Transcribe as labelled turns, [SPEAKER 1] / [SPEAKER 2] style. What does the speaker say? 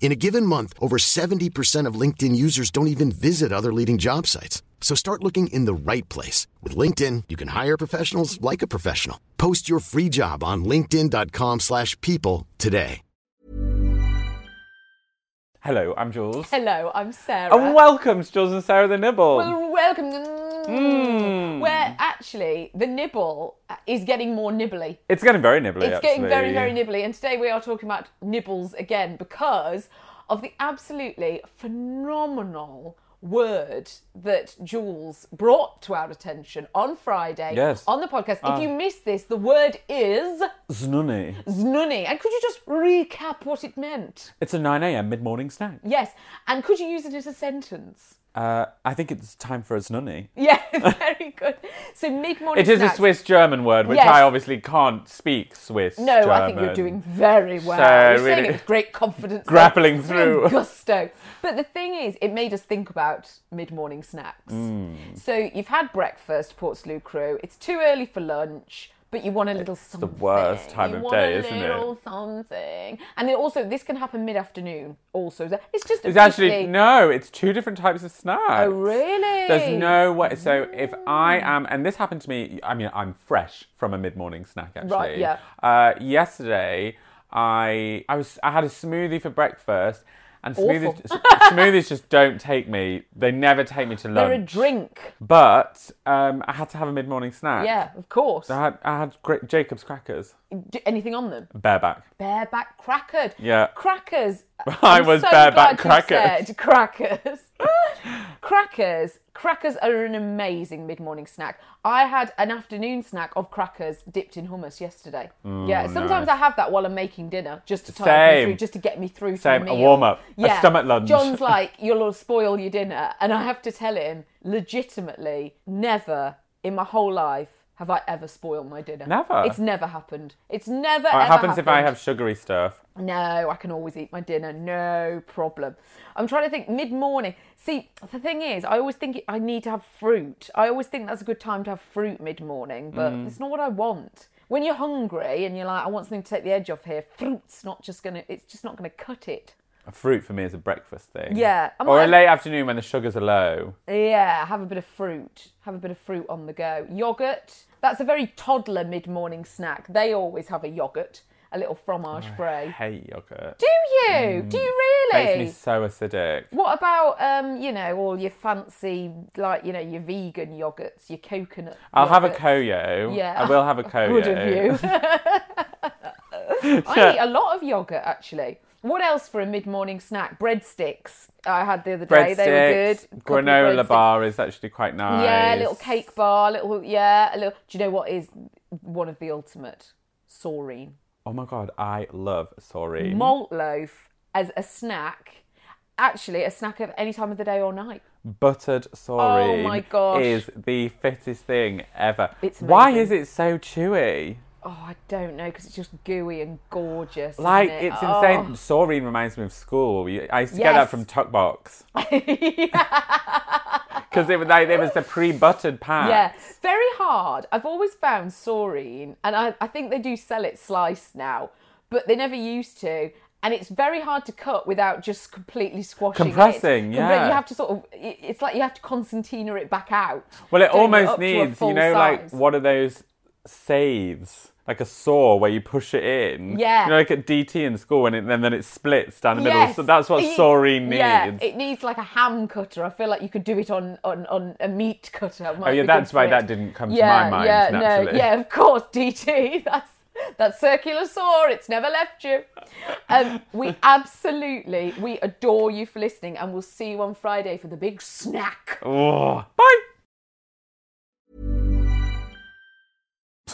[SPEAKER 1] In a given month, over 70% of LinkedIn users don't even visit other leading job sites. So start looking in the right place. With LinkedIn, you can hire professionals like a professional. Post your free job on linkedin.com/people slash people today.
[SPEAKER 2] Hello, I'm Jules.
[SPEAKER 3] Hello, I'm Sarah.
[SPEAKER 2] And welcome to Jules and Sarah the Nibble.
[SPEAKER 3] Well, welcome to
[SPEAKER 2] Hmm.
[SPEAKER 3] where actually the nibble uh, is getting more nibbly.
[SPEAKER 2] it's getting very nibbly.
[SPEAKER 3] It's getting very,
[SPEAKER 2] actually.
[SPEAKER 3] very nibbly. And today we are talking about nibbles again because of the absolutely phenomenal word that Jules brought to our attention on Friday
[SPEAKER 2] Yes. Ah.
[SPEAKER 3] on the podcast. if you missed this, the word is
[SPEAKER 2] Znunny.
[SPEAKER 3] znunny. And could you just recap what it meant?
[SPEAKER 2] It's a 9 a.m. mid morning snack.
[SPEAKER 3] Yes. And could you use it as a sentence?
[SPEAKER 2] Uh, I think it's time for a Znunny.
[SPEAKER 3] Yeah, very good. So mid morning.
[SPEAKER 2] It is a Swiss German word, which
[SPEAKER 3] Yes.
[SPEAKER 2] I obviously can't speak Swiss.
[SPEAKER 3] No, I think you're
[SPEAKER 2] German.
[SPEAKER 3] doing very well.
[SPEAKER 2] So,
[SPEAKER 3] you're saying
[SPEAKER 2] really-
[SPEAKER 3] it with great confidence,
[SPEAKER 2] Grappling
[SPEAKER 3] like, real
[SPEAKER 2] through.
[SPEAKER 3] gusto. But the thing is, it made us think about mid-morning snacks.
[SPEAKER 2] Hmm.
[SPEAKER 3] So you've had breakfast, Portslade Crew. It's too early for lunch, but you want a little
[SPEAKER 2] the
[SPEAKER 3] something.
[SPEAKER 2] worst time
[SPEAKER 3] You
[SPEAKER 2] of
[SPEAKER 3] want
[SPEAKER 2] day,
[SPEAKER 3] a
[SPEAKER 2] isn't it?
[SPEAKER 3] little something. And then also, this can happen mid-afternoon. Also, it's just
[SPEAKER 2] It's actually
[SPEAKER 3] really-
[SPEAKER 2] no. It's two different types of snacks.
[SPEAKER 3] Oh, really? Mm.
[SPEAKER 2] There's no way. So if I am, and this happened to me. I mean, I'm fresh from a mid-morning snack actually.
[SPEAKER 3] Right, yeah.
[SPEAKER 2] Uh, yesterday, I I was I had a smoothie for breakfast, and smoothies s- smoothies just don't take me. They never take me to lunch.
[SPEAKER 3] They're a drink.
[SPEAKER 2] But um, I had to have a mid-morning snack.
[SPEAKER 3] Yeah, of course.
[SPEAKER 2] I had, I had great Jacob's crackers,
[SPEAKER 3] D- Anything on them?
[SPEAKER 2] bareback.
[SPEAKER 3] bareback crackered.
[SPEAKER 2] Yeah.
[SPEAKER 3] Crackers.
[SPEAKER 2] I was bareback
[SPEAKER 3] glad you
[SPEAKER 2] crackered.
[SPEAKER 3] Said crackers. crackers. Crackers are an amazing mid-morning snack. I had an afternoon snack of crackers dipped in hummus yesterday. yeah, sometimes I have that while I'm making dinner, just to tide me
[SPEAKER 2] Mm, Same.
[SPEAKER 3] through, just to get me through. to
[SPEAKER 2] Same, a
[SPEAKER 3] meal.
[SPEAKER 2] warm-up, a stomach lunge.
[SPEAKER 3] John's like, "You'll spoil your dinner," and I have to tell him, legitimately, never in my whole life. Have I ever spoiled my dinner?
[SPEAKER 2] Never.
[SPEAKER 3] It's never happened. It's never.
[SPEAKER 2] Oh,
[SPEAKER 3] ever
[SPEAKER 2] it happens if I
[SPEAKER 3] happened.
[SPEAKER 2] have sugary stuff.
[SPEAKER 3] No, I can always eat my dinner, no problem. I'm trying to think mid morning. See, the thing is, I always think I need to have fruit. I always think that's a good time to have fruit mid morning, but it's not what I want. When you're hungry and you're like, I want something to take the edge off here, fruit's not just gonna, it's just not gonna cut it.
[SPEAKER 2] Fruit for me is a breakfast thing.
[SPEAKER 3] Yeah, I'm
[SPEAKER 2] or a
[SPEAKER 3] like-
[SPEAKER 2] late afternoon when the sugars are low.
[SPEAKER 3] Yeah, have a bit of fruit. Have a bit of fruit on the go. Yogurt. That's a very toddler mid morning snack. They always have a yogurt, a little fromage frais.
[SPEAKER 2] Hate yogurt.
[SPEAKER 3] Do you? Do you really?
[SPEAKER 2] Makes me so acidic.
[SPEAKER 3] What about um, you know, all your fancy like, you know, your vegan yogurts, your coconut
[SPEAKER 2] I'll have a
[SPEAKER 3] yogurts?
[SPEAKER 2] koyo.
[SPEAKER 3] Yeah.
[SPEAKER 2] I will have a koyo.
[SPEAKER 3] Good of you. I eat a lot of yogurt actually. What else for a mid morning snack? Breadsticks I had the other day, they were
[SPEAKER 2] Breadsticks.
[SPEAKER 3] good. Couple of
[SPEAKER 2] Granola
[SPEAKER 3] breadsticks.
[SPEAKER 2] bar is actually quite nice.
[SPEAKER 3] Yeah, a little cake bar, little yeah, a little do you know what is one of the ultimate? Saurine.
[SPEAKER 2] Oh my god, I love sorry.
[SPEAKER 3] Malt loaf as a snack. Actually a snack of any time of the day or night.
[SPEAKER 2] Buttered sorry.
[SPEAKER 3] Mm-hmm. Oh my gosh.
[SPEAKER 2] Is the fittest thing ever.
[SPEAKER 3] It's
[SPEAKER 2] Why is
[SPEAKER 3] amazing.
[SPEAKER 2] it so chewy?
[SPEAKER 3] Oh, I don't know because it's just gooey and gorgeous. isn't
[SPEAKER 2] Like
[SPEAKER 3] it? Oh.
[SPEAKER 2] it's insane. Sorry reminds me of school. You- I used to get
[SPEAKER 3] Yes.
[SPEAKER 2] that from Tuckbox because it was like it was the pre-buttered pack.
[SPEAKER 3] yeah, very hard. I've always found saurine, and I, I think they do sell it sliced now. but they never used to. And it's very hard to cut without just completely squashing
[SPEAKER 2] Compressing,
[SPEAKER 3] it.
[SPEAKER 2] yeah.
[SPEAKER 3] Completely- You have to sort of, it- it's like you have to concertina it back out.
[SPEAKER 2] Well, it
[SPEAKER 3] don't you,
[SPEAKER 2] almost
[SPEAKER 3] up to a
[SPEAKER 2] needs, you
[SPEAKER 3] full
[SPEAKER 2] know, like
[SPEAKER 3] size.
[SPEAKER 2] what are those saves? Like a saw where you push it in.
[SPEAKER 3] Yeah.
[SPEAKER 2] You know, like at DT in school, and, it, and then it splits down the middle.
[SPEAKER 3] Yes.
[SPEAKER 2] So that's what
[SPEAKER 3] It-
[SPEAKER 2] sawing needs.
[SPEAKER 3] Yeah, it needs like a ham cutter. I feel like you could do it on on, on a meat cutter. Might
[SPEAKER 2] Oh, yeah,
[SPEAKER 3] be
[SPEAKER 2] that's
[SPEAKER 3] good
[SPEAKER 2] why
[SPEAKER 3] for
[SPEAKER 2] that
[SPEAKER 3] it.
[SPEAKER 2] didn't come to
[SPEAKER 3] yeah,
[SPEAKER 2] my mind
[SPEAKER 3] Yeah,
[SPEAKER 2] naturally.
[SPEAKER 3] no, yeah, of course, DT. That's that circular saw. It's never left you. Um, we absolutely we adore you for listening, and we'll see you on Friday for the big snack.
[SPEAKER 2] Oh, bye.